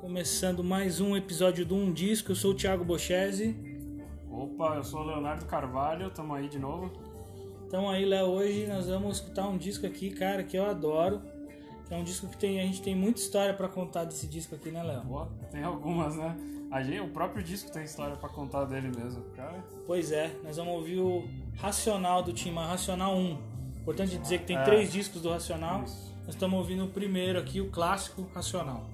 Começando mais um episódio do Um Disco, eu sou o Thiago Bochese. Opa, eu sou o Leonardo Carvalho, tamo aí de novo. Então aí, Léo, hoje nós vamos escutar um disco aqui, cara, que eu adoro. É um disco que tem, a gente tem muita história pra contar desse disco aqui, né, Léo? Ó, tem algumas, né? A gente, o próprio disco tem história pra contar dele mesmo, cara. Pois é, nós vamos ouvir o Racional do Tim Maia, Racional 1. Importante dizer que tem três discos do Racional. Isso. Nós estamos ouvindo o primeiro aqui, o clássico Racional.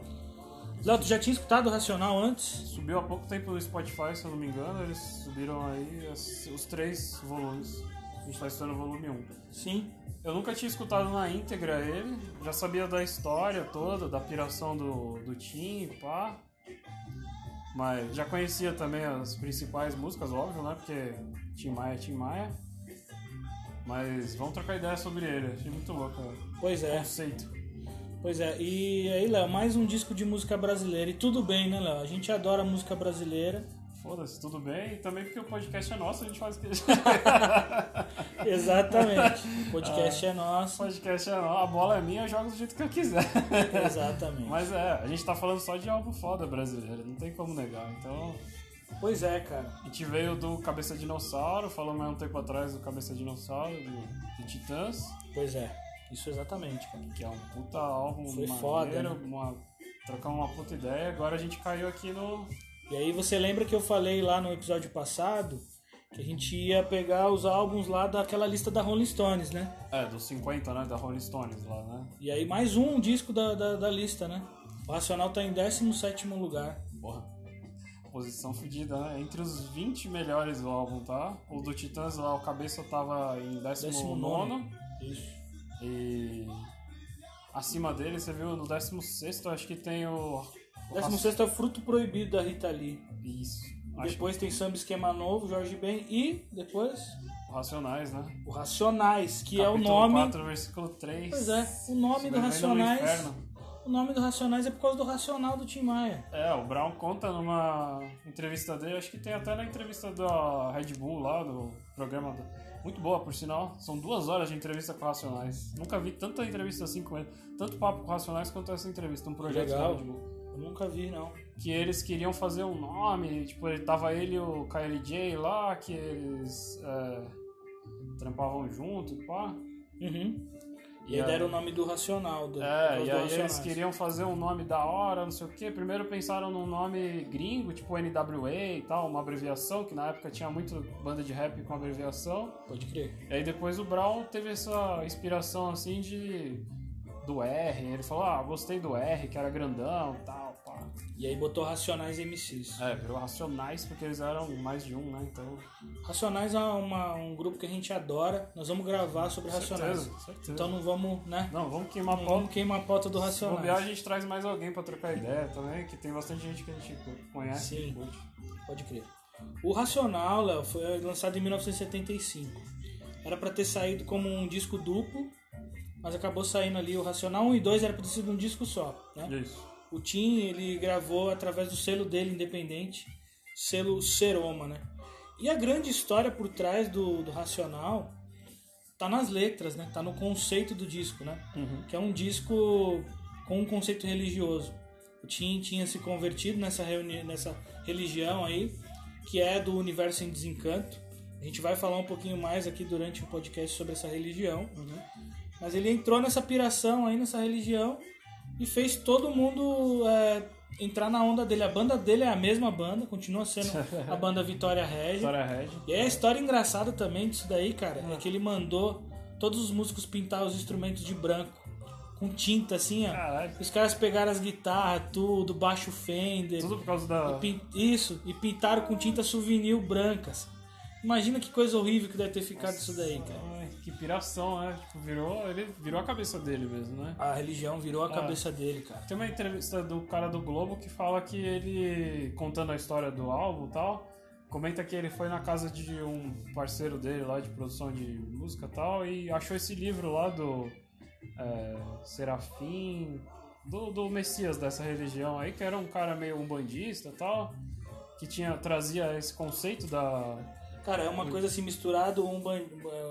Léo, tu já tinha escutado o Racional antes? Subiu há pouco tempo no Spotify, se eu não me engano, eles subiram aí as- os três volumes. A gente tá estudando o volume 1. Sim. Eu nunca tinha escutado na íntegra ele, já sabia da história toda, da piração do, do Tim e pá. Mas já conhecia também as principais músicas, óbvio, né? Porque Tim Maia é Tim Maia. Mas vamos trocar ideia sobre ele, achei muito louco o Pois é. conceito. Pois é, e aí, Léo, mais um disco de música brasileira. E tudo bem, né, Léo? A gente adora a música brasileira. Foda-se, tudo bem? E também porque o podcast é nosso, a gente faz o que Exatamente. O podcast é o nosso. podcast é nosso, a bola é minha, eu jogo do jeito que eu quiser. Exatamente. Mas é, a gente tá falando só de álbum foda brasileiro, não tem como negar. Então, Pois é, cara. a gente veio do Cabeça Dinossauro, falamos há um tempo atrás do Cabeça Dinossauro, do, do Titãs, Pois é. Isso exatamente, cara. que é um puta álbum Foi maneiro, foda, né? uma, trocar uma puta ideia. Agora a gente caiu aqui no... E aí você lembra que eu falei lá no episódio passado que a gente ia pegar os álbuns lá daquela lista da Rolling Stones, né? É, dos 50, né, da Rolling Stones lá, né? E aí mais um disco da, da, da lista, né? O Racional tá em 17 lugar. Porra. Posição fodida, né? Entre os 20 melhores do álbum, tá? O do Titãs lá, o Cabeça tava em 19 19. Isso. e acima dele, você viu, no 16 acho que tem o... o 16 é o Fruto Proibido da Rita Lee. Raci- Isso. Acho Depois tem Samba Esquema Novo, Jorge Ben e depois que o Racionais, né? o Racionais, que é o Capítulo nome. 4, Tá versículo 3. Pois é, o nome do Sobrevivendo no Racionais. Inferno. O nome do Racionais é por causa do Racional do Tim Maia. É, o Brown conta numa entrevista dele, acho que tem até na entrevista da Red Bull lá, do programa. do- Muito boa, por sinal. São duas horas de entrevista com o Racionais. Nunca vi tanta entrevista assim com ele, tanto papo com o Racionais quanto essa entrevista, um projeto Legal. da Red Bull. Eu nunca vi, não. Que eles queriam fazer um nome, tipo, ele tava ele e o KLJ lá, que eles é, trampavam junto e pá. Uhum. E aí Yeah. deram o nome do Racional. Do, por É, causa e do aí eles Racionais. queriam fazer um nome da hora, não sei o quê. Primeiro pensaram num nome gringo, tipo NWA e tal, uma abreviação, que na época tinha muito banda de rap com abreviação. Pode crer. E aí depois o Brown teve essa inspiração assim de. do R. Ele falou, ah, gostei do R, que era grandão e tal, pá. E aí botou Racionais MCs. É, virou Racionais, porque eles eram mais de um, né? Então. Racionais é uma- um grupo que a gente adora. Nós vamos gravar sobre Racionais. Certeza, certeza. Então não vamos, né? Não, vamos queimar Não pau. vamos queimar a pauta do Se bobear, a Racionais. gente traz mais alguém pra trocar ideia também, que tem bastante gente que a gente conhece. Sim. que curte. Pode crer. O Racional, Léo, foi lançado em 1975. Era pra ter saído como um disco duplo, mas acabou saindo ali o Racional 1 e 2 era pra ter sido um disco só, né? é Isso. O Tim, ele gravou através do selo dele independente, selo Seroma, né? E a grande história por trás do, do Racional tá nas letras, né? Tá no conceito do disco, né? Que é um disco com um conceito religioso. O Tim tinha se convertido nessa, reuni nessa religião aí, que é do Universo em Desencanto. A gente vai falar um pouquinho mais aqui durante o podcast sobre essa religião. Mas ele entrou nessa piração aí, nessa religião, e fez todo mundo é, entrar na onda dele. A banda dele é a mesma banda, continua sendo a banda Vitória Regia. Vitória Red. E aí a história engraçada também disso daí, cara, Ah. é que ele mandou todos os músicos pintar os instrumentos de branco. Com tinta, assim, ó. Caralho. Os caras pegaram as guitarras, tudo, baixo Fender. É Tudo por causa da. pin- Isso, e pintaram com tinta souvenir brancas. Imagina que coisa horrível que deve ter ficado isso daí, cara. Ai, que piração, né? Tipo, virou, ele virou a cabeça dele mesmo, né? A religião virou a cabeça dele, cara. Tem uma entrevista do cara do Globo que fala que ele, contando a história do álbum e tal, comenta que ele foi na casa de um parceiro dele lá de produção de música e tal e achou esse livro lá do é, Serafim, do, do Messias dessa religião aí, que era um cara meio umbandista e tal, que tinha, trazia esse conceito da, Cara, é uma coisa assim misturada, umban...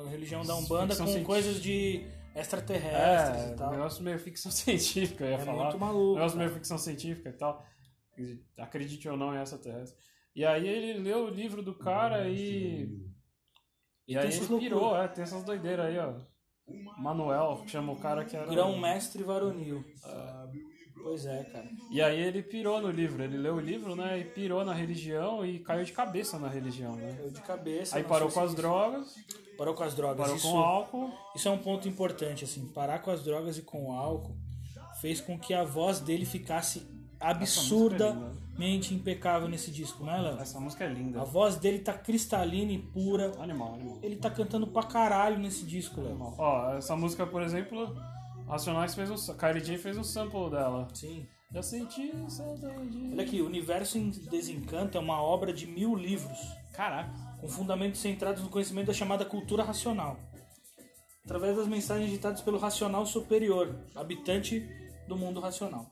a religião da Umbanda Ficção com científica. coisas de extraterrestres É, e tal. negócio meio ficção científica, eu ia É falar. muito maluco, Negócio cara. meio ficção científica e tal. acredite ou não, é extraterrestre. E aí ele leu o livro do cara e. E aí tem ele essas pirou, é, tem essas doideiras aí, ó. Manuel, que chama o cara que era. um Grão mestre varonil. Ah, Pois é, cara. E aí ele pirou no livro, ele leu o livro, né? E pirou na religião e caiu de cabeça na religião, né? Eu de cabeça. Aí não parou sei com as se- drogas, Parou com as drogas. parou isso, com o álcool. isso é um ponto importante, assim. Parar com as drogas e com o álcool fez com que a voz dele ficasse absurdamente impecável nesse disco, né, Léo? Essa música é linda. A voz dele tá cristalina e pura. Animal, animal. Ele tá cantando pra caralho nesse disco, Léo. Animal. Ó, essa música, por exemplo, Racionais fez um. Kylie J fez um sample dela. Sim. Já senti saudade. Olha aqui, O Universo em Desencanto é uma obra de mil livros, Caraca. com fundamentos centrados no conhecimento da chamada cultura racional, através das mensagens ditadas pelo racional superior, habitante do mundo racional.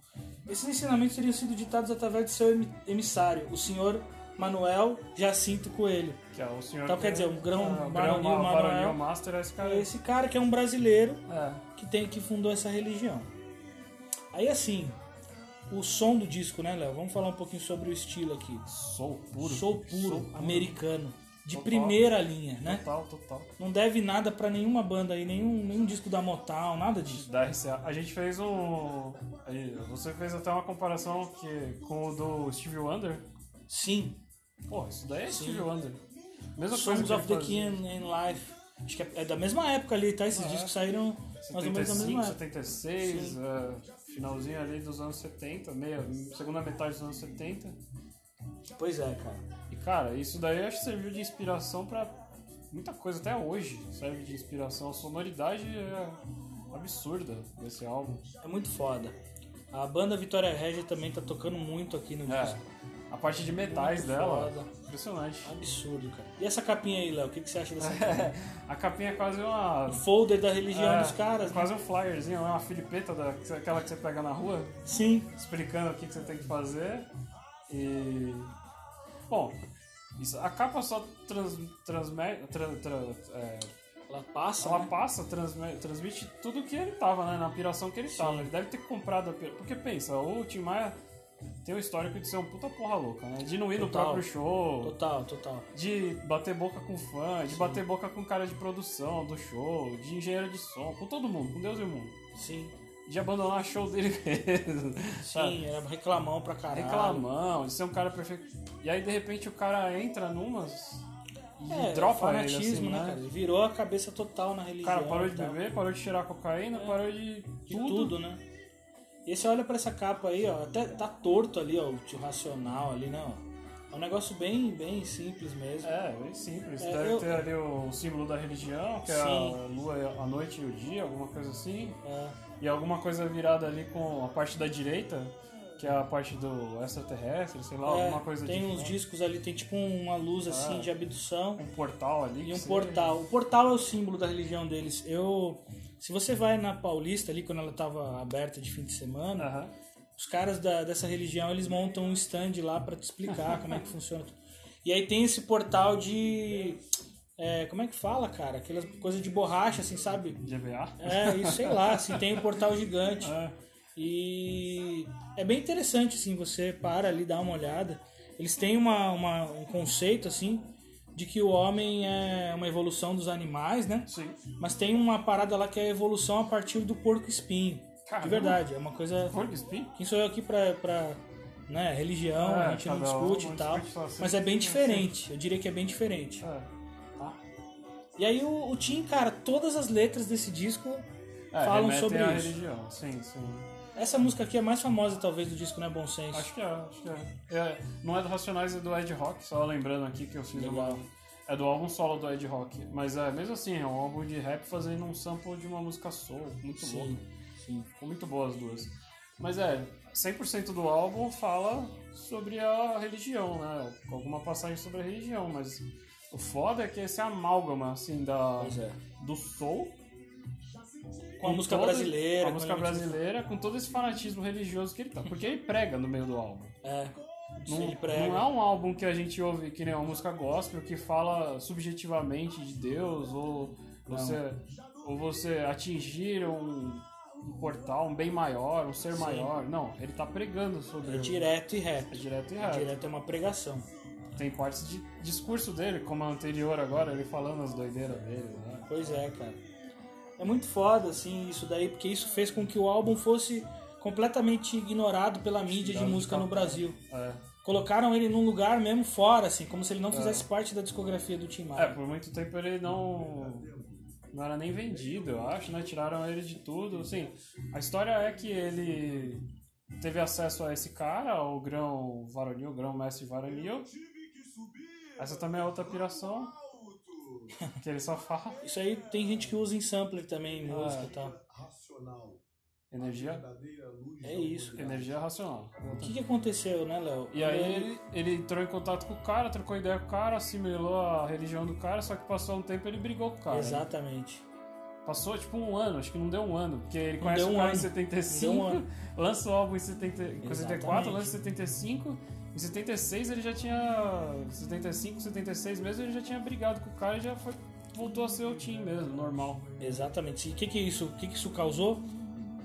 Esses ensinamentos teriam sido ditados através de seu em- emissário, o senhor Manuel Jacinto Coelho. Que é o senhor. Então, que- quer dizer, um grão- Ah, o baronil, ma- Manuel. baronil master é esse cara. É esse cara que é um brasileiro É. que tem que fundou essa religião. Aí assim, o som do disco, né, Léo? Vamos falar um pouquinho sobre o estilo aqui. Sou puro. Sou puro, Sou americano, de Total. primeira linha, né? Total, total. Não deve nada pra nenhuma banda aí, nenhum, nenhum disco da Motown, nada disso. Da RCA. A gente fez um. aí, Você fez até uma comparação que, com o do Steve Wonder. Sim, Pô, isso daí é Steve Wonder. Mesma coisa Songs que of the ele King fazia. in Life. Acho que é- é da mesma época ali, tá? É. Esses discos saíram mais ou menos da 75, mesma época. 76, é, finalzinho ali dos anos 70, meia, segunda metade dos anos 70. Pois é, cara. E cara, isso daí eu acho que serviu de inspiração pra muita coisa até hoje. Serve de inspiração. A sonoridade é absurda desse álbum. É muito foda. A banda Vitória Regia também tá tocando muito aqui no disco. É. A parte de metais Muito dela, foda. impressionante. Absurdo, cara. E essa capinha aí, Léo? O que, que você acha dessa capinha? A capinha é quase uma. O folder da religião é, dos caras, né? Quase um flyerzinho, né? uma filipeta daquela que você pega na rua, Sim. explicando o que, que você tem que fazer. E. Bom, isso- a capa só trans, transmete. tran- tran- é, Ela passa, ela né? passa, transme- transmite tudo que ele tava, né? Na piração que ele tava. Ele deve ter comprado a pira... Porque pensa, o Tim Maia tem um histórico de ser um puta porra louca, né? De não ir no Total. próprio show. Total, total. De bater boca com fã, de bater boca com cara de produção do show, de engenheiro de som, com todo mundo, com Deus e o mundo. Sim. De abandonar show dele mesmo. Sim, era reclamão pra caralho. Reclamão, de ser um cara perfeito. E aí, de repente, o cara entra numas e É, dropa ele, assim, fanatismo, né, né? cara? Ele virou a cabeça total na O religião. cara parou de e tal. beber, parou de tirar cocaína, parou de tudo. É. De tudo, né? E você olha pra essa capa aí, ó, até tá torto ali, ó, o tio racional ali, né, ó. É um negócio bem, bem simples mesmo. É, bem simples. É, Deve eu- ter ali o símbolo da religião, que é a Sim. lua, a noite e o dia, alguma coisa assim. É, E alguma coisa virada ali com a parte da direita, que é a parte do extraterrestre, sei lá, é, alguma coisa Ah. tem de uns discos ali, tem tipo uma luz assim de abdução. um portal ali. E que um você- portal. O portal é o símbolo da religião deles. Eu, se você vai na Paulista ali quando ela tava aberta de fim de semana, Aham. os caras da- dessa religião eles montam um stand lá pra te explicar como é que funciona. tudo. E aí tem esse portal de, é, como é que fala, cara? Aquelas coisas de borracha, assim, sabe? GBA. É, isso sei lá. Assim, tem um portal gigante. É. E é bem interessante, assim, você para ali, dá uma olhada. Eles têm uma, uma- um conceito, assim, de que o homem é uma evolução dos animais, né? Sim. Mas tem uma parada lá que é a evolução a partir do porco espinho. Caramba. De verdade, é uma coisa... Fogo espinho? Quem sou eu aqui pra... pra né, religião, É, a gente não cada um discute não e tal. discute, só assim. mas é bem diferente. Eu diria que é bem diferente. É. Tá. E aí o, o Tim, cara, todas as letras desse disco É, falam remetem sobre à isso. religião. Sim, sim. Essa música aqui é a mais famosa, talvez, do disco, né? Bom Senso. Acho que é, acho que é. É, Não é do Racionais, é do Ed Rock, só lembrando aqui que eu fiz Legal. uma. É do álbum solo do Ed Rock. Mas é, mesmo assim, é um álbum de rap fazendo um sample de uma música soul. Muito Sim, louco. sim. Ficou muito boa as duas. Mas é, 100% do álbum fala sobre a religião, né? Alguma passagem sobre a religião, mas o foda é que esse amálgama, assim, da, Pois é. do soul Com a música todo- brasileira. com a com música elementos- brasileira, com todo esse fanatismo religioso que ele tá. Porque ele prega no meio do álbum. É. Não, ele prega. não é um álbum que a gente ouve que nem uma música gospel que fala subjetivamente de Deus ou você, ou você atingir um, um portal, um bem maior, um ser maior. Não, ele tá pregando sobre É o- direto e é reto. direto e É reto. direto é uma pregação. Tem partes de discurso dele, como a anterior agora, ele falando as doideiras dele. Né? Pois é, cara. É muito foda, assim, isso daí, porque isso fez com que o álbum fosse completamente ignorado pela mídia de Tirado de música no papel. Brasil. É. Colocaram ele num lugar mesmo fora, assim, como se ele não fizesse parte da discografia do Tim É, Maia. por muito tempo ele não. Não era nem vendido, eu acho, né? Tiraram ele de tudo. Assim, a história é que ele teve acesso a esse cara, o grão varonil, o grão mestre varonil. Essa também é outra piração. Que ele só fala. Isso aí tem gente que usa em sampler também, em Ah. música e tal. Racional. Energia, Verdadeira luz É isso. energia racional. O que, que aconteceu, né, Léo? E aí ele, ele entrou em contato com o cara, trocou ideia com o cara, assimilou a religião do cara, só que passou um tempo e ele brigou com o cara. Exatamente. Passou tipo um ano, acho que não deu um ano, porque ele Não conhece deu o um cara ano. em Não 75, deu um ano. lança o álbum em 70, com 74, Exatamente. lança em 75, em 76 ele já tinha. 75, 76 mesmo, ele já tinha brigado com o cara e já foi, voltou a ser o time mesmo, normal. Exatamente. E o que, que isso, o que, que isso causou?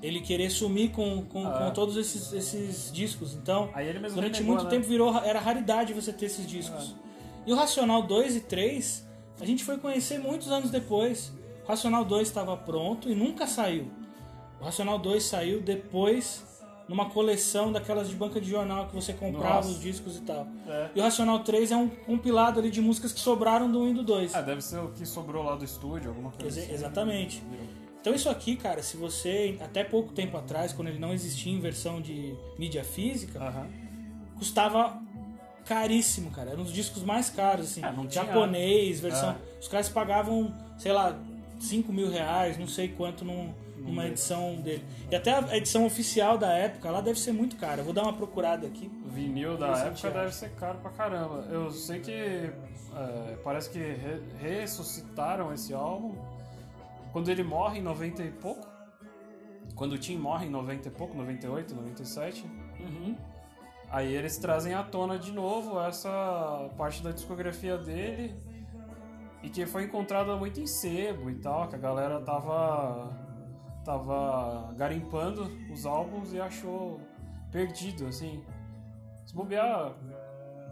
Ele querer sumir com, com, Ah. com todos esses, esses discos. Então, Aí ele mesmo durante renegou, muito né? tempo virou era raridade você ter esses discos. E o Racional 2 e 3, a gente foi conhecer muitos anos depois. O Racional 2 estava pronto e nunca saiu. O Racional 2 saiu depois numa coleção daquelas de banca de jornal que você comprava Nossa. os discos e tal. É. E o Racional 3 é um compilado ali de músicas que sobraram do 1 e do 2. Ah, deve ser o que sobrou lá do estúdio, alguma coisa Exa- assim. exatamente. Então isso aqui, cara, se você até pouco tempo atrás, quando ele não existia em versão de mídia física, Aham. Ah. custava caríssimo, cara. Era um dos discos mais caros, assim. Ah, não tinha- Japonês, versão. Ah. Os caras pagavam, sei lá, 5 mil reais, não sei quanto num- numa edição dele. E até a edição oficial da época, lá deve ser muito cara. Eu vou dar uma procurada aqui. O vinil da Interessante, época é. deve ser caro pra caramba. Eu sei que é, parece que re- ressuscitaram esse álbum quando ele morre em 90 e pouco. Quando o Tim morre em 90 e pouco, 98, 97. Aí eles trazem à tona de novo essa parte da discografia dele e que foi encontrada muito em sebo e tal, que a galera tava tava garimpando os álbuns e achou perdido assim. Se bobear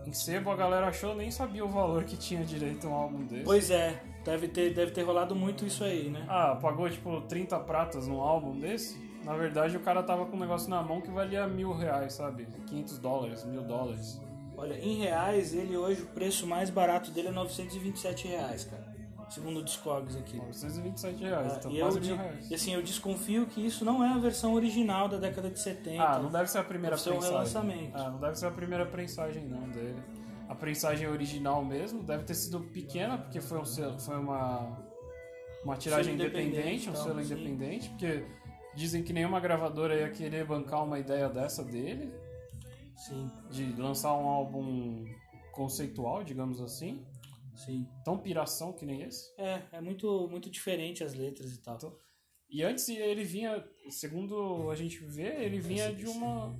em sebo a galera achou nem sabia o valor que tinha direito um álbum desse. Pois é, deve ter, deve ter rolado muito isso aí, né? Ah, pagou tipo 30 pratas num álbum desse? Na verdade o cara tava com um negócio na mão que valia mil reais, sabe? 500 dólares, mil dólares. Olha, em reais, ele hoje, o preço mais barato dele é 927 reais, cara. Segundo o Discogs aqui. 927 reais, Ah, então e, quase eu, de- mil reais. e assim, eu desconfio que isso não é a versão original da década de 70. Ah, não deve ser a primeira Deve ser um prensagem. relançamento. Ah, não deve ser a primeira prensagem não dele. A prensagem original mesmo deve ter sido pequena, porque foi, um selo- foi uma, uma tiragem Selo independente, independente, um então, selo sim. independente, porque dizem que nenhuma gravadora ia querer bancar uma ideia dessa dele, Sim, de lançar um álbum conceitual, digamos assim, sim. tão piração que nem esse. É, é muito, muito diferente as letras e tal. Então, E antes ele vinha, segundo a gente vê, ele vinha de uma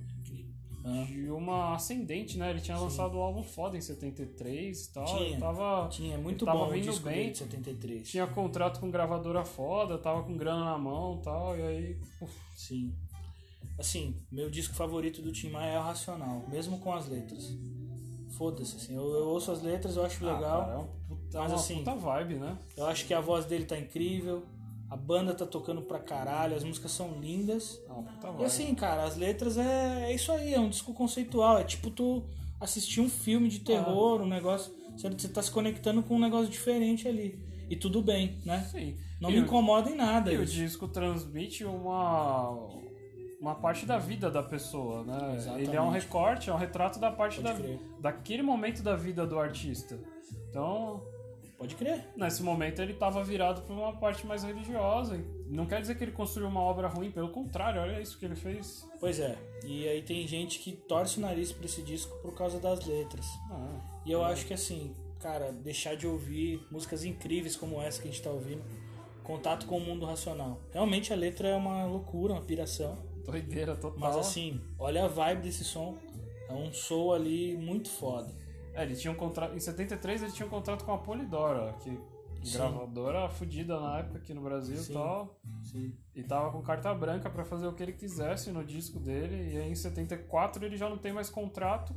Ah, de uma ascendente, né? Ele tinha lançado o álbum foda em 73 e tal. Tinha. Ele tava. tinha é muito Ele tava bom o vindo disco bem. dele de 73. Tinha contrato com gravadora foda, tava com grana na mão e tal, e aí. uf, Sim. Assim, meu disco favorito do Tim Maia é o Racional, mesmo com as letras. Foda-se, assim. Eu, eu ouço as letras, eu acho legal. Ah, cara, é um puta, Mas uma assim- puta vibe, né? Eu acho que a voz dele tá incrível, a banda tá tocando pra caralho, as músicas são lindas. É uma puta vibe. E assim, cara, as letras é, é isso aí, é um disco conceitual. É tipo tu assistir um filme de terror, um negócio. Você, você tá se conectando com um negócio diferente ali. E tudo bem, né? Sim. Não E me o- incomoda em nada. E o isso. disco transmite uma. Uma parte da vida da pessoa, né? Exatamente. Ele é um recorte, é um retrato da parte Pode da, crer. daquele momento da vida do artista. Então, Pode crer. Nesse momento ele estava virado para uma parte mais religiosa. Não quer dizer que ele construiu uma obra ruim, pelo contrário, olha isso que ele fez. Pois é. E aí tem gente que torce o nariz pra esse disco por causa das letras. Ah, E eu acho que assim, cara, deixar de ouvir músicas incríveis como essa que a gente tá ouvindo, contato com o mundo racional. Realmente a letra é uma loucura, uma piração. doideira total. Mas assim, olha a vibe desse som. É um soul ali muito foda. É, ele tinha um contrato. Em 73 ele tinha um contrato com a Polydor, ó, que gravadora fodida na época aqui no Brasil e Sim. tal. Sim. E tava com carta branca pra fazer o que ele quisesse no disco dele. E aí em 74 ele já não tem mais contrato.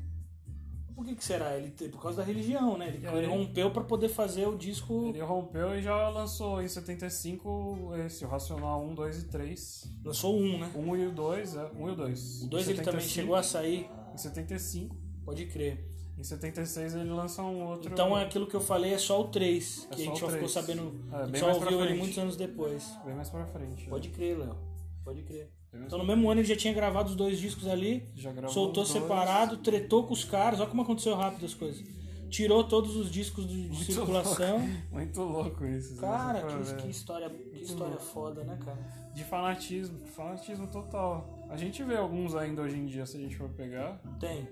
Por que, que será? Ele, te- por causa da religião, né? Ele, É. ele rompeu pra poder fazer o disco. Ele rompeu e já lançou em 75 esse o Racional 1, 2 e 3. Lançou um, né? 1 e o 2, é. 1 e o 2. O dois ele também chegou a sair, Em 75. pode crer. Em 76 ele lança um outro. Então aquilo que eu falei é só o 3, É que a só gente o só ficou três. sabendo, É, a gente bem só mais pra ouviu ele frente. muitos anos depois. Bem mais pra frente. né? Pode crer, Léo. Pode crer. Bem mais Então no mesmo ano ele já tinha gravado os dois discos ali, Já gravou soltou os dois. separado, tretou com os caras, olha como aconteceu rápido as coisas. Tirou todos os discos de- de, Muito circulação. Muito louco isso. né? Cara, Só pra ver. que, que história, que história foda, né, cara? De fanatismo, fanatismo total. A gente vê alguns ainda hoje em dia, se a gente for pegar. Tem.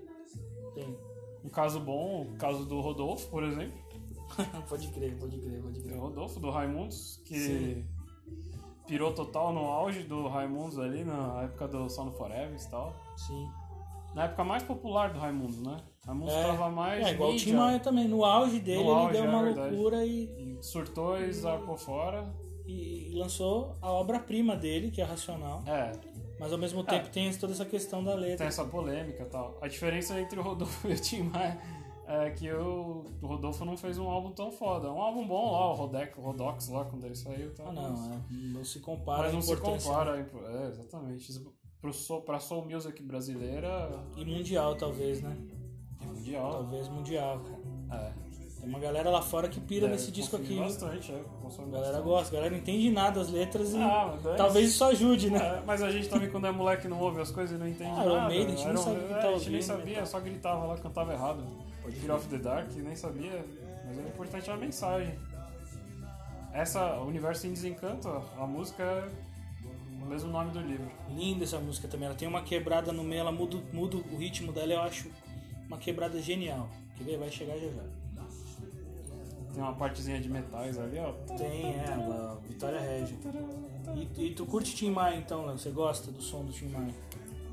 Tem. Um caso bom, o caso do Rodolfo, por exemplo. pode crer, pode crer, pode Tem crer. o Rodolfo, do Raimundos, que Sim. pirou total no auge do Raimundos ali, na época do Sound Forever e tal. Sim. Na época mais popular do Raimundos, né? Raimundos tava mais. é igual o mídia. Tim Maia também. No auge dele, No auge, ele deu uma é verdade. loucura e, E Surtou e zarpou fora. e lançou a obra-prima dele, que é Racional. É, Mas ao mesmo tempo tem toda essa questão da tem letra. essa polêmica e tal. A diferença entre o Rodolfo e o Tim Maia é que o o Rodolfo não fez um álbum tão foda. Um álbum bom lá, o Rodec, o Rodox lá, quando ele saiu e tal. Ah, mas- não, é, não se compara. Mas a não se importância, né? compara. a impo- É, exatamente. Isso Pro soul, pra soul music brasileira, né? E mundial, talvez, né? é mundial. Talvez mundial, cara. É. Tem uma galera lá fora que pira É, nesse disco consome aqui. viu? bastante, é. A Consome galera bastante. gosta, a galera não entende nada das letras e Ah, mas daí- talvez isso ajude, né? É, mas a gente também, quando é moleque, não ouve as coisas e não entende Ah, Iron nada. Maiden, a gente nem Iron- sabe o que é, tá A gente nem ouvindo, sabia, só gritava lá, cantava errado. Fear of the Dark, nem sabia. Mas o importante é a mensagem. Essa, o Universo em Desencanto, a música é o mesmo nome do livro. Linda essa música também. Ela tem uma quebrada no meio, ela muda, muda o ritmo dela, eu acho uma quebrada genial. Quer ver? Vai chegar já já. Tem uma partezinha de metais ali, ó. Tem, é, a Vitória Regia. E, e tu curte Tim Maia então, Léo? Você gosta do som do Tim Maia?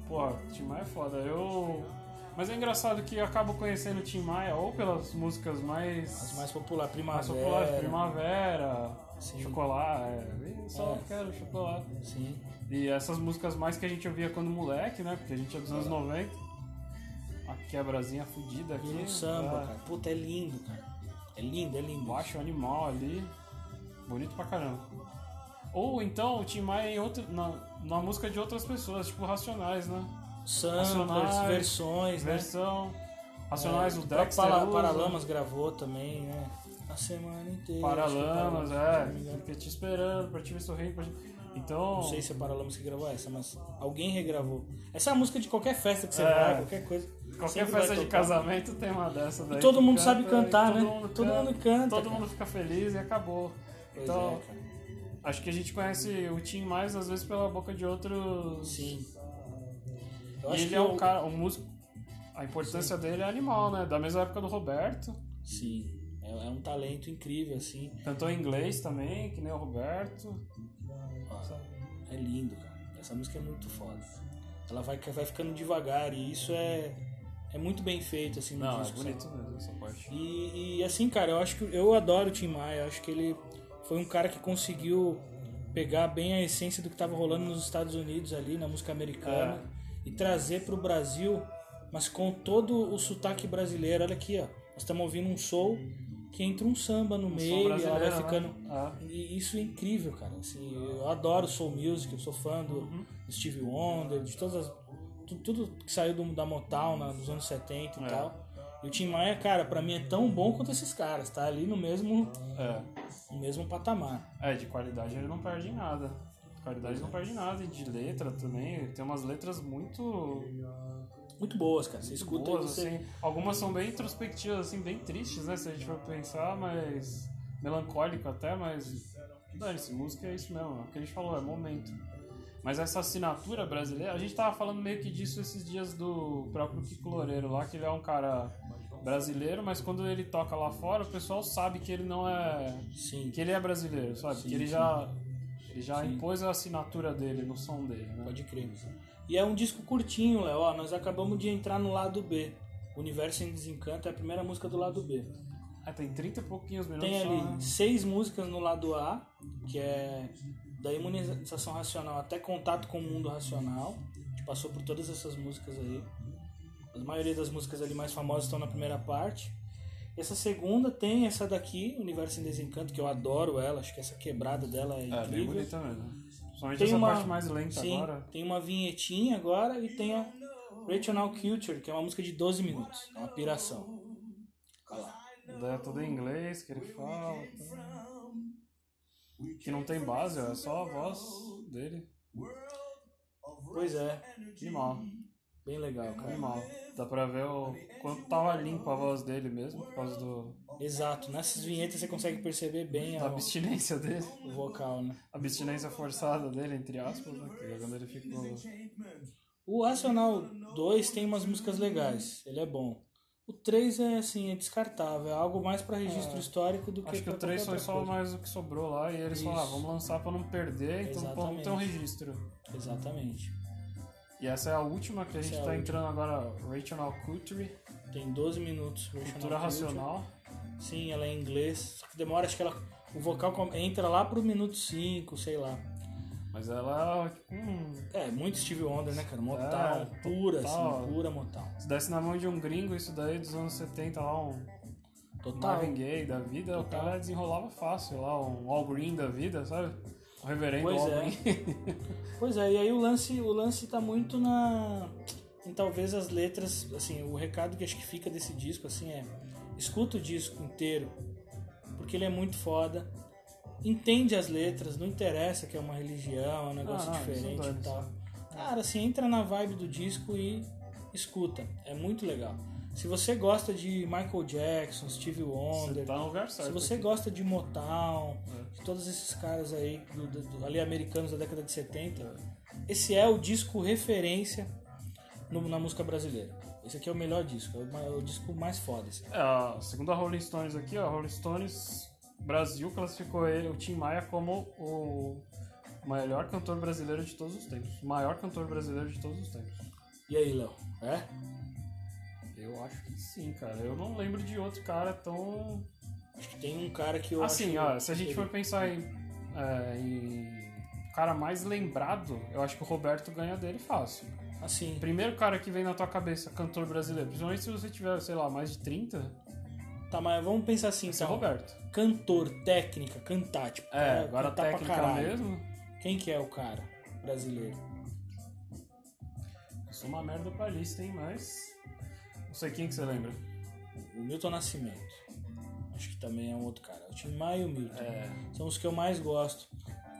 Porra, Tim Maia é foda. Eu... Mas é engraçado que eu acabo conhecendo o Tim Maia ou pelas músicas mais... As mais popular, Primavera. mais populares, Primavera, Sim. Chocolate. Eu só É. quero chocolate. Sim. E essas músicas mais que a gente ouvia quando moleque, né? Porque a gente é dos anos 90. A quebrazinha fudida aqui. E no samba, tá? cara. Puta, é lindo, cara. É lindo, é lindo. Baixo animal ali. Bonito pra caramba. Ou então o Tim Maia em outra, na, na música de outras pessoas, tipo Racionais, né? Samplers, Racionais, versões, né? Versão. Racionais, É, o o Dexter. Para, usa. Paralamas gravou também, né? A semana inteira. Paralamas, acho que Paralamas, se não me é. engano. Fiquei te esperando pra te ver sorrindo. Pra te... Então. Não sei se é Paralamas que gravou essa, mas alguém regravou. Essa é a música de qualquer festa que você É. vai, qualquer coisa. Qualquer sempre vai festa de tocar. casamento tem uma dessa daí. todo que mundo sabe e cantar, todo né? Mundo Todo canta, mundo canta, Todo cara. mundo fica feliz e acabou. Pois Então, é, cara. acho que a gente conhece o Tim mais, às vezes, pela boca de outros. Sim. Eu E acho ele que é um eu- cara, um músico. A importância dele é animal, né? Da mesma época do Roberto. Sim. É, é um talento incrível, assim. Cantou em inglês também, que nem o Roberto. É lindo, cara. Essa música é muito foda. Ela vai, vai ficando devagar e isso é, é muito bem feito, assim, no Não, é disco, sabe? bonito mesmo essa parte. E, e, assim, cara, eu acho que eu adoro o Tim Maia, eu acho que ele foi um cara que conseguiu pegar bem a essência do que tava rolando nos Estados Unidos ali na música americana É. e trazer pro Brasil, mas com todo o sotaque brasileiro. Olha aqui, ó. Nós estamos ouvindo um soul que entra um samba no Um som meio e ela vai brasileiro, né? ficando Ah. e isso é incrível, cara. Assim, eu adoro soul music, eu sou fã do Uhum. Steve Wonder, de todas as, tu- tudo que saiu do- da Motown na- nos anos 70 e É. tal. E o Tim Maia, cara, pra mim é tão bom quanto esses caras, tá ali no mesmo, É. no mesmo patamar. É, de qualidade ele não perde em nada. De qualidade ele não perde em nada. E de letra também. ele Tem umas letras muito. Muito boas, cara. Você escuta boas, e você. assim. Algumas são bem introspectivas, assim, bem tristes, né? Se a gente for pensar, mas. melancólico até, mas. Dane-se, música é isso mesmo. É o que a gente falou, é momento. Mas essa assinatura brasileira, a gente tava falando meio que disso esses dias do próprio Kiko Loureiro lá, que ele é um cara brasileiro, mas quando ele toca lá fora, o pessoal sabe que ele não é Sim, que ele é brasileiro, sabe? Sim, que ele sim. já, ele já impôs a assinatura dele no som dele, né? é, pode crer. E é um disco curtinho, Léo. ó, Nós acabamos de entrar no lado B. Universo em Desencanto é a primeira música do lado B. Ah, tem 30 e pouquinhos minutos. Tem só, né? ali seis músicas no lado A, que é da imunização racional até contato com o mundo racional. A gente passou por todas essas músicas aí. A maioria das músicas ali mais famosas estão na primeira parte. Essa segunda tem essa daqui, Universo em Desencanto, que eu adoro ela, acho que essa quebrada dela é É, bem incrível. bonita mesmo. Somente essa parte mais lenta sim, agora. Tem uma vinhetinha agora e tem a Rational Culture, que é uma música de 12 minutos. É uma piração. Olha lá. É tudo em inglês que ele fala. "Hum." Que não tem base, ó, é só a voz dele. Pois é, Animal, bem legal, cara. animal. Dá pra ver o quanto tava limpa a voz dele mesmo, por causa do, Exato, nessas vinhetas você consegue perceber bem da a- abstinência dele. o vocal, né? A abstinência forçada dele, entre aspas, né? que é quando ele fica. no- O Racional 2 tem umas músicas legais, ele é bom. O 3 é assim, é descartável, é algo mais pra registro histórico do que Acho que pra o 3 qualquer outra foi só coisa. mais o que sobrou lá e eles Isso. falaram, ah, vamos lançar pra não perder, então vamos ter um Exatamente. registro. Exatamente. E essa é a última que a gente Essa é a tá última. entrando agora, Rational Culture, Tem 12 minutos. Rational cultura Culture. racional. Sim, ela é em inglês. Só que demora, acho que ela. O vocal com- entra lá pro minuto 5, sei lá. Mas ela, tipo, hum, É, muito Steve Wonder, né, cara? Motal, É, pura, total. assim, pura Motal. se desse na mão de um gringo isso daí dos anos 70 lá, um Total. Marvin Gaye da vida, o Total. cara desenrolava fácil lá, um All Green da vida, sabe? O reverendo Pois All é. Green. Pois é, e aí o lance, o lance tá muito na em talvez as letras, assim, o recado que acho que fica desse disco assim é: escuta o disco inteiro, porque ele é muito foda. Entende as letras, não interessa que é uma religião, é um negócio não, isso diferente dane-se. e tal. Cara, assim, entra na vibe do disco e escuta. É muito legal. Se você gosta de Michael Jackson, Steve Você Wonder, tá no lugar certo. se você aqui. gosta de Motown, de todos esses caras aí, do, do- do- ali americanos da década de 70, esse é o disco referência no- na música brasileira. Esse aqui é o melhor disco, é o, ma- é o disco mais foda. assim. É, a- segundo a Rolling Stones aqui, ó, a Rolling Stones Brasil classificou ele, o Tim Maia como o melhor cantor brasileiro de todos os tempos. O maior cantor brasileiro de todos os tempos. E aí, Léo? É? Eu acho que sim, cara. Eu não lembro de outro cara tão Acho que tem um cara que eu Assim, acho... ó, se a gente for pensar em, é, em cara mais lembrado, eu acho que o Roberto ganha dele fácil. Assim, Primeiro cara que vem na tua cabeça, cantor brasileiro, principalmente se você tiver, sei lá, mais de 30, tá, mas vamos pensar assim, esse é o então. Roberto. Cantor, técnica, cantar, tipo... É, cara, agora cantar pra técnica caralho. mesmo, Quem que é o cara brasileiro? eu sou é uma merda pra lista, hein, mas não sei quem que você lembra. O Milton Nascimento. Acho que também é um outro cara. O Tim Maia e o Milton. É. São os que eu mais gosto.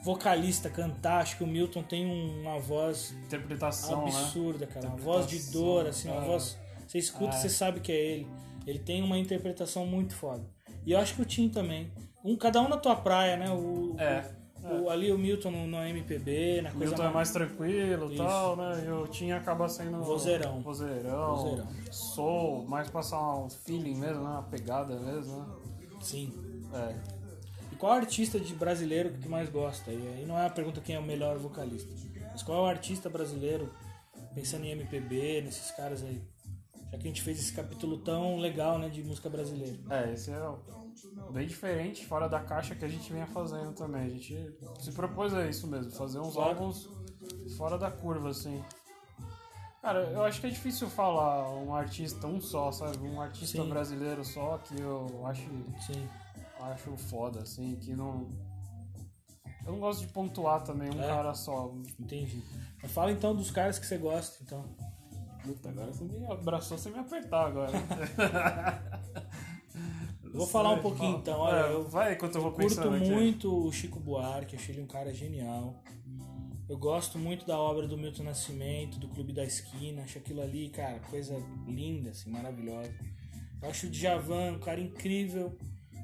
Vocalista, cantar, acho que o Milton tem um- uma voz Interpretação, né? absurda, cara. Uma voz de dor, assim, uma É. voz. Você escuta, É. você sabe que é ele. Ele tem uma interpretação muito foda. E eu acho que o Tim também. Um, cada um na tua praia, né? O, É. o- ali o Milton no, no MPB, na O coisa Milton é mais tranquilo e Isso. tal, né? E o Tim acaba sendo. Vozeirão. Vozeirão. Vozeirão. Soul, mais passar um feeling mesmo, né? Uma pegada mesmo, né? Sim. É. E qual artista de brasileiro que tu mais gosta? E aí não é a pergunta quem é o melhor vocalista. Mas qual é o artista brasileiro, pensando em MPB, nesses caras aí? Já que a gente fez esse capítulo tão legal, né, de música brasileira. É, esse é o- bem diferente, fora da caixa que a gente vinha fazendo também. A gente se propôs a isso mesmo, fazer uns Fora. álbuns fora da curva, assim. Cara, eu acho que é difícil falar um artista, um só, sabe? Um artista Sim. brasileiro só que eu acho Sim. acho foda, assim, que não. Eu não gosto de pontuar também um É? cara só. Entendi. Mas fala então dos caras que você gosta, então. Puta, agora você me abraçou sem me apertar agora. Vou falar um pouquinho, então, olha, É, eu vai enquanto eu vou Curto pensando aqui. muito o Chico Buarque, achei ele um cara genial. Eu gosto muito da obra do Milton Nascimento, do Clube da Esquina, acho aquilo ali, cara, coisa linda, assim, maravilhosa. Eu acho o Djavan um cara incrível.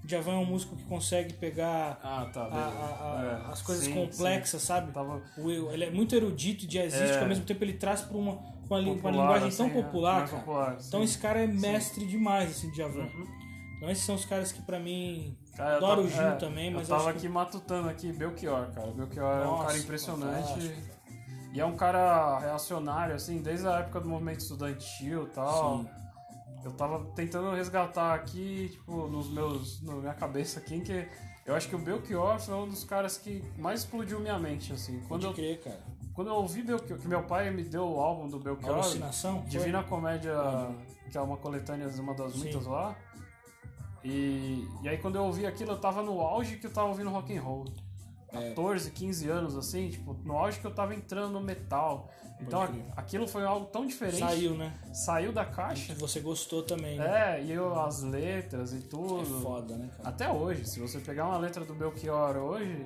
O Djavan é um músico que consegue pegar Ah, tá. a- a- beleza. a- É, as coisas sim, complexas, sabe? sim. Tava O- Ele é muito erudito, jazzístico, É. ao mesmo tempo ele traz pra uma, uma, li- uma Popular, linguagem tão assim, né? popular, Mais cara. popular, então sim. esse cara é mestre demais, assim, Djavan. Uhum. Então esses são os caras que pra mim... Cara, eu adoro tava- o Gil é, também, mas Eu tava acho que- aqui matutando aqui Belchior, cara. Belchior é um Nossa, cara impressionante. fantástico. E é um cara reacionário, assim, desde a época do movimento estudantil e tal. Sim. Eu tava tentando resgatar aqui, tipo, nos meus. na minha cabeça aqui, que eu acho que o Belchior foi um dos caras que mais explodiu minha mente, assim. Quando Pode eu, crer, cara. quando eu ouvi Belchior, que meu pai me deu o álbum do Belchior. Alucinação? Foi? Uhum. Divina Comédia, que é uma coletânea, uma das Sim. muitas lá. E, e aí quando eu ouvi aquilo, eu tava no auge que eu tava ouvindo rock and roll. É. 14, 15 anos, assim, tipo, no auge que eu tava entrando no metal. Então crer. a- aquilo foi algo tão diferente. Saiu, né? Saiu da caixa. Você gostou também. né? É, e eu, as letras e É tudo. foda, né, cara? Até hoje, se você pegar uma letra do Belchior hoje,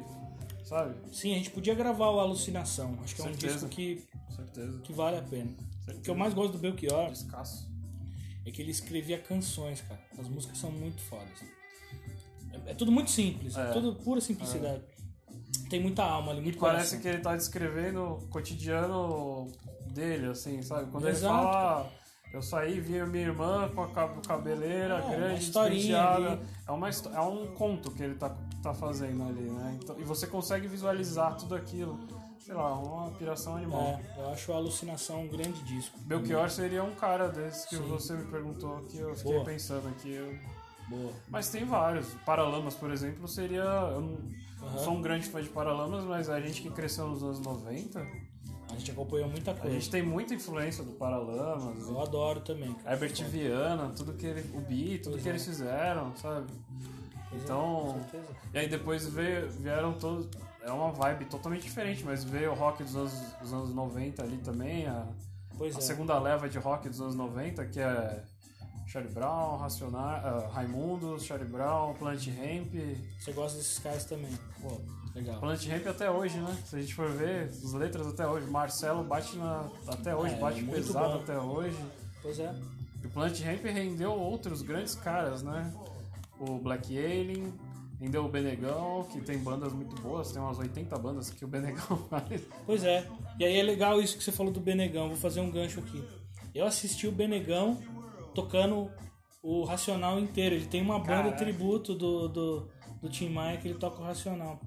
sabe? Sim, a gente podia gravar o Alucinação. Acho que é um Certeza. disco que, Com certeza. que vale a pena. Certeza. O que eu mais gosto do Belchior Descasso. é que ele escrevia canções, cara. As músicas são muito fodas. É, é tudo muito simples, é. É. tudo pura simplicidade. Tem muita alma ali, muito Parece coração. que ele tá descrevendo o cotidiano dele, assim, sabe? Quando Exato. ele fala, "Ah, eu saí, vi a minha irmã com a cab- cabeleira É, uma grande, historinha despenteada. ali. É, uma, histó- é um conto que ele tá, tá fazendo ali, né? Então, e você consegue visualizar tudo aquilo. Sei lá, uma piração animal. É, eu acho a Alucinação um grande disco. Belchior seria um cara desse que você me perguntou que eu fiquei Boa. pensando aqui. eu- Boa. Mas tem vários. Paralamas, por exemplo, seria. Eu não Aham. sou um grande fã de Paralamas, mas a gente que cresceu nos anos 90, A gente acompanhou muita a coisa. É, gente tem muita influência do Paralamas, Eu adoro também, cara. Herbert Viana, tudo que ele, o Bi, tudo é. que eles fizeram, sabe? Então, Com certeza. e aí depois veio, vieram todos, é uma vibe totalmente diferente, mas veio o rock dos anos, dos anos 90 ali também, a, Pois a é. segunda leva de rock dos anos 90, que é Charlie Brown, Racionais, Raimundos, Charlie Brown, Plant Ramp, Você gosta desses caras também. Pô, legal. Planet Ramp até hoje, né? Se a gente for ver as letras até hoje, Marcelo bate na. até hoje, É, bate muito pesado bom. até hoje. Pois é. E o Planet Ramp rendeu outros grandes caras, né? O Black Alien, rendeu o Benegão, que tem bandas muito boas, tem umas 80 bandas que o Benegão faz. Pois é. E aí é legal isso que você falou do Benegão. Vou fazer um gancho aqui. Eu assisti o Benegão tocando o Racional inteiro. Ele tem uma banda Caraca. tributo do, do, do Tim Maia que ele toca o Racional.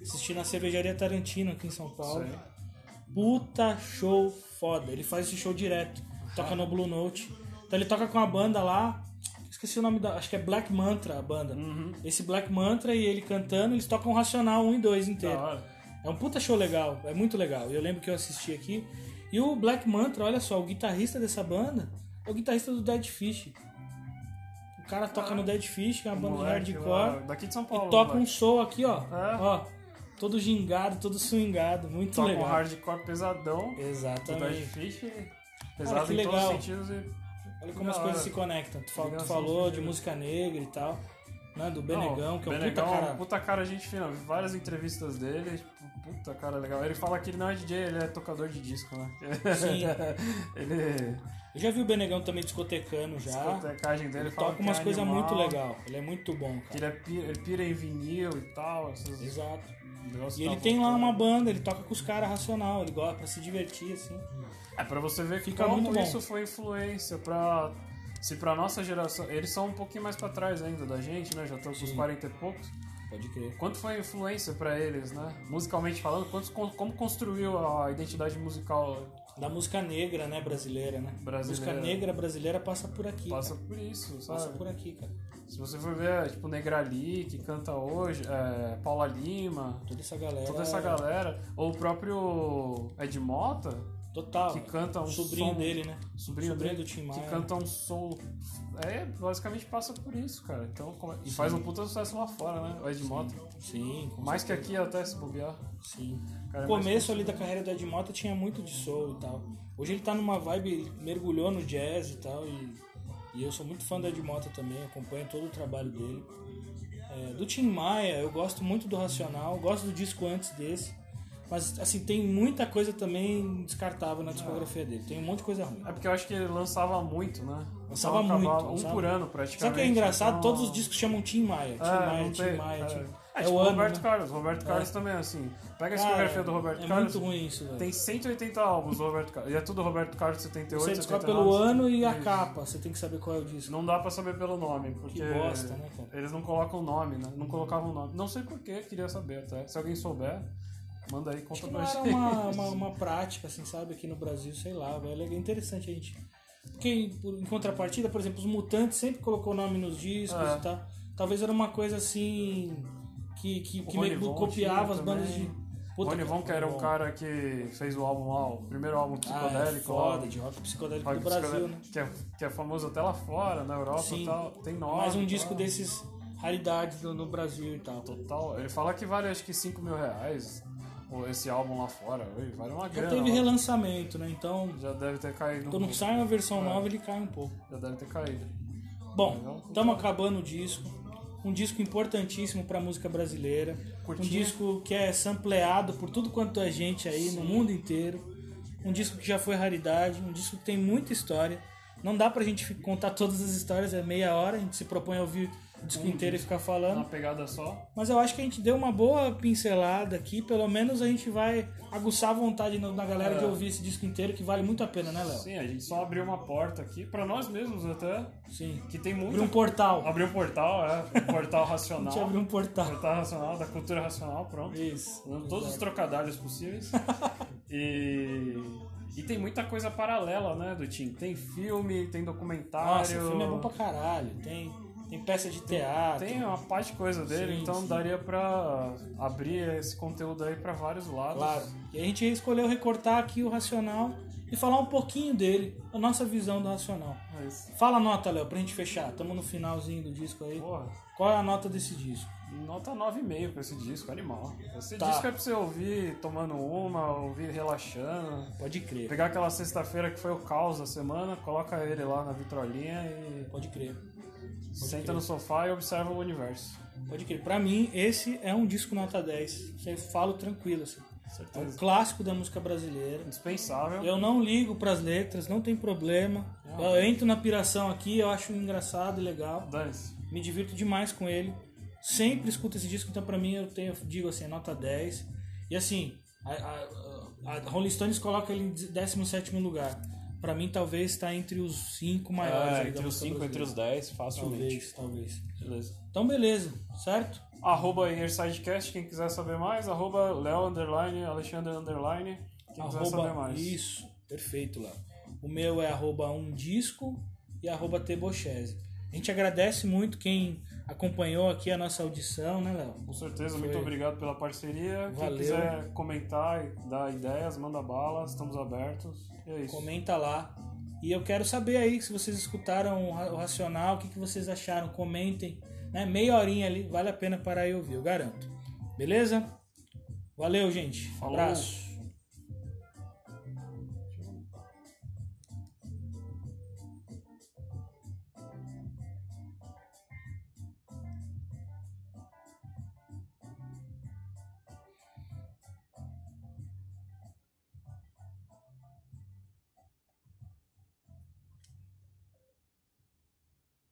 Assisti na Cervejaria Tarantino aqui em São Paulo. Isso aí. Puta show foda. Ele faz esse show direto. Toca no Blue Note. Então ele toca com a banda lá. Esqueci o nome da. Acho que é Black Mantra a banda. Uhum. Esse Black Mantra e ele cantando, eles tocam Racional 1 e 2 inteiro. Da hora. É um puta show legal, é muito legal. Eu lembro que eu assisti aqui. E o Black Mantra, olha só, o guitarrista dessa banda é o guitarrista do Dead Fish. O cara toca no Dead Fish, que é uma banda de Moleque lá, hardcore, Daqui de São Paulo. e toca um moleque. show aqui, ó. É? Ó, todo gingado, todo swingado, muito Toca um legal. hardcore pesadão. Do Dead Exatamente. Fish. Pesado que em todos os legal. sentidos e. Olha como Da as coisas hora. se conectam. Tu, fal- tu Ligação falou de direta. música negra e tal, né? Do Benegão, Não, que é um Benegão puta é cara. um puta cara gente fina. Vi Várias entrevistas dele, tipo, puta cara legal. Ele fala que ele não é DJ, ele é tocador de disco, né? Sim. ele. assim. Eu já vi o Benegão também discotecando já. Discotecagem dele Ele fala toca que umas é coisas animal, muito legal. Ele é muito bom, cara. que Ele, é pira, ele pira em vinil e tal, esses Exato. negócios E ele da tem lá cultura. uma banda, ele toca com os caras racional, ele gosta pra se divertir, assim. É pra você ver que Fica como muito bom. isso foi influência pra. Se pra nossa geração. Eles são um pouquinho mais pra trás ainda da gente, né? Já estão com os Sim. 40 e poucos. Pode crer. Quanto foi a influência pra eles, né? Musicalmente falando, quantos, como construiu a identidade musical Da música negra, né, brasileira, né? Brasileira. Música negra brasileira passa por aqui. Passa cara. por isso, sabe? Passa por aqui, cara. Se você for ver, tipo, Negrali, que canta hoje, é, Paula Lima, Toda essa galera. toda essa galera, ou o próprio Ed Mota, Total. né? que canta um Ah, sobrinho som- dele, né? sobrinho, Sobrinho dele, do Tim Maia. que canta um soul. É, basicamente passa por isso, cara. Então, como é- E faz um puta sucesso lá fora, né? O Ed Mota. Sim, com Mais que aqui até se bobear. Sim. Cara, o é começo ali da carreira do Ed Mota tinha muito de soul e tal. Hoje ele tá numa vibe, ele mergulhou no jazz e tal. E, e eu sou muito fã do Ed Mota também, acompanho todo o trabalho dele. É, do Tim Maia, eu gosto muito do Racional, gosto do disco antes desse. Mas, assim, tem muita coisa também descartável na Ah. discografia dele. Tem um monte de coisa ruim. É porque eu acho que ele lançava muito, né? Lançava Então, acabava muito, Um lançava. por ano, praticamente. Sabe o que é engraçado? Então- Todos os discos chamam Tim Maia. Tim Maia, não Tim tem- Maia. é. Tim... É, É, tipo o o ano, Roberto né? Carlos. Roberto Carlos também, assim. Pega a Cara, discografia do Roberto é Carlos. muito ruim isso, velho. Tem 180 álbuns do Roberto Carlos. E é tudo Roberto Carlos 78, Você descobre 79. pelo ano e a Isso. capa. Você tem que saber qual é o disco. Não dá pra saber pelo nome, porque. bosta, né, cara? Eles não colocam o nome, né? Não colocavam o nome. Não sei porquê, queria saber até. Se alguém souber, manda aí, Acho conta que pra não era gente. assim, uma, uma, uma prática, assim, sabe? Aqui no Brasil, sei lá. velho. É interessante a gente Porque, em, por- em contrapartida, por exemplo, os Mutantes sempre colocou nome nos discos É. e tal. Talvez era uma coisa assim que, que, que O meio que Ronivon copiava tinha as bandas também. de. O Ronnie cara, Von, que era o bom. cara que fez o álbum lá, o primeiro álbum Ah, é psicodélico lá. foda, de rock psicodélico rock do Brasil, né? psicodélico, que, é, que é famoso até lá fora, na Europa Sim. e tal. Tem nove. Mais um e disco tal. desses raridades no, no Brasil e tal. Total. Ele fala que vale acho que 5 mil reais ou esse álbum lá fora. Ui, Vale Já uma grana. teve ó. relançamento, né? Então, Já deve ter caído. um quando pouco. sai uma versão É. nova, ele cai um pouco. Já deve ter caído. Bom, estamos acabando o disco. Um disco importantíssimo para música brasileira. Curtinho. Um disco que é sampleado por tudo quanto é gente aí no mundo inteiro. Um disco que já foi raridade, um disco que tem muita história. Não dá pra gente fi- contar todas as histórias, é meia hora, a gente se propõe a ouvir o Uhum. disco inteiro e ficar falando. Uma pegada só. Mas eu acho que a gente deu uma boa pincelada aqui, pelo menos a gente vai aguçar a vontade na na galera É. de ouvir esse disco inteiro, que vale muito a pena, né, Léo? Sim, a gente só abriu uma porta aqui, pra nós mesmos até, Sim. que tem Abriu um muito. portal. Abriu um portal, é. Um portal A racional. gente abriu um portal. Portal racional, da cultura racional, pronto. Isso. Usando todos os Exato. trocadilhos possíveis. e. E tem muita coisa paralela, né, do Tim? Tem filme, tem documentário. Nossa, o filme é bom pra caralho. Tem, tem peça de teatro. Tem uma parte de coisa dele, Sim, então sim. daria pra abrir esse conteúdo aí pra vários lados. Claro. E a gente escolheu recortar aqui o Racional e falar um pouquinho dele, a nossa visão do Racional. Mas, Fala a nota, Léo, pra gente fechar. Tamo no finalzinho do disco aí. porra, Qual é a nota desse disco? nota 9,5 pra esse disco, animal. Esse Tá. disco é pra você ouvir tomando uma, ouvir relaxando. Pode crer. Pegar aquela sexta-feira que foi o caos da semana, coloca ele lá na vitrolinha e Pode crer. senta no sofá e observa o universo. Pode crer. Pra mim, esse é um disco nota 10. Você falo tranquilo, assim. É um Certeza. clássico da música brasileira. Indispensável. Eu não ligo pras letras, não tem problema. Eu né? entro na piração aqui, eu acho engraçado e legal. Dane-se. Me divirto demais com ele. Sempre escuto esse disco, então pra mim eu tenho, eu digo assim, nota 10. E assim, a, a- a Rolling Stones coloca ele em 17 lugar. Pra mim, talvez está entre os cinco maiores. Ah, aí da entre os música 5, entre os brasileira. 10, facilmente. Talvez, talvez. Beleza. Então, beleza, certo? Arroba Innersidecast, quem quiser saber mais. Arroba Léo Underline, Alexandre Underline. Quem quiser saber mais. Isso, perfeito, Léo. O meu é arroba um disco e arroba tebochese. A gente agradece muito quem acompanhou aqui a nossa audição, né, Léo? Com certeza, Foi. muito obrigado pela parceria. Valeu. Quem quiser comentar e dar ideias, manda bala, estamos abertos. E é isso. Comenta lá. E eu quero saber aí se vocês escutaram o Ra- o Racional, o que, que vocês acharam. Comentem, né? Meia horinha ali, vale a pena parar e ouvir, eu garanto. Beleza? Valeu, gente. Falou. Abraço.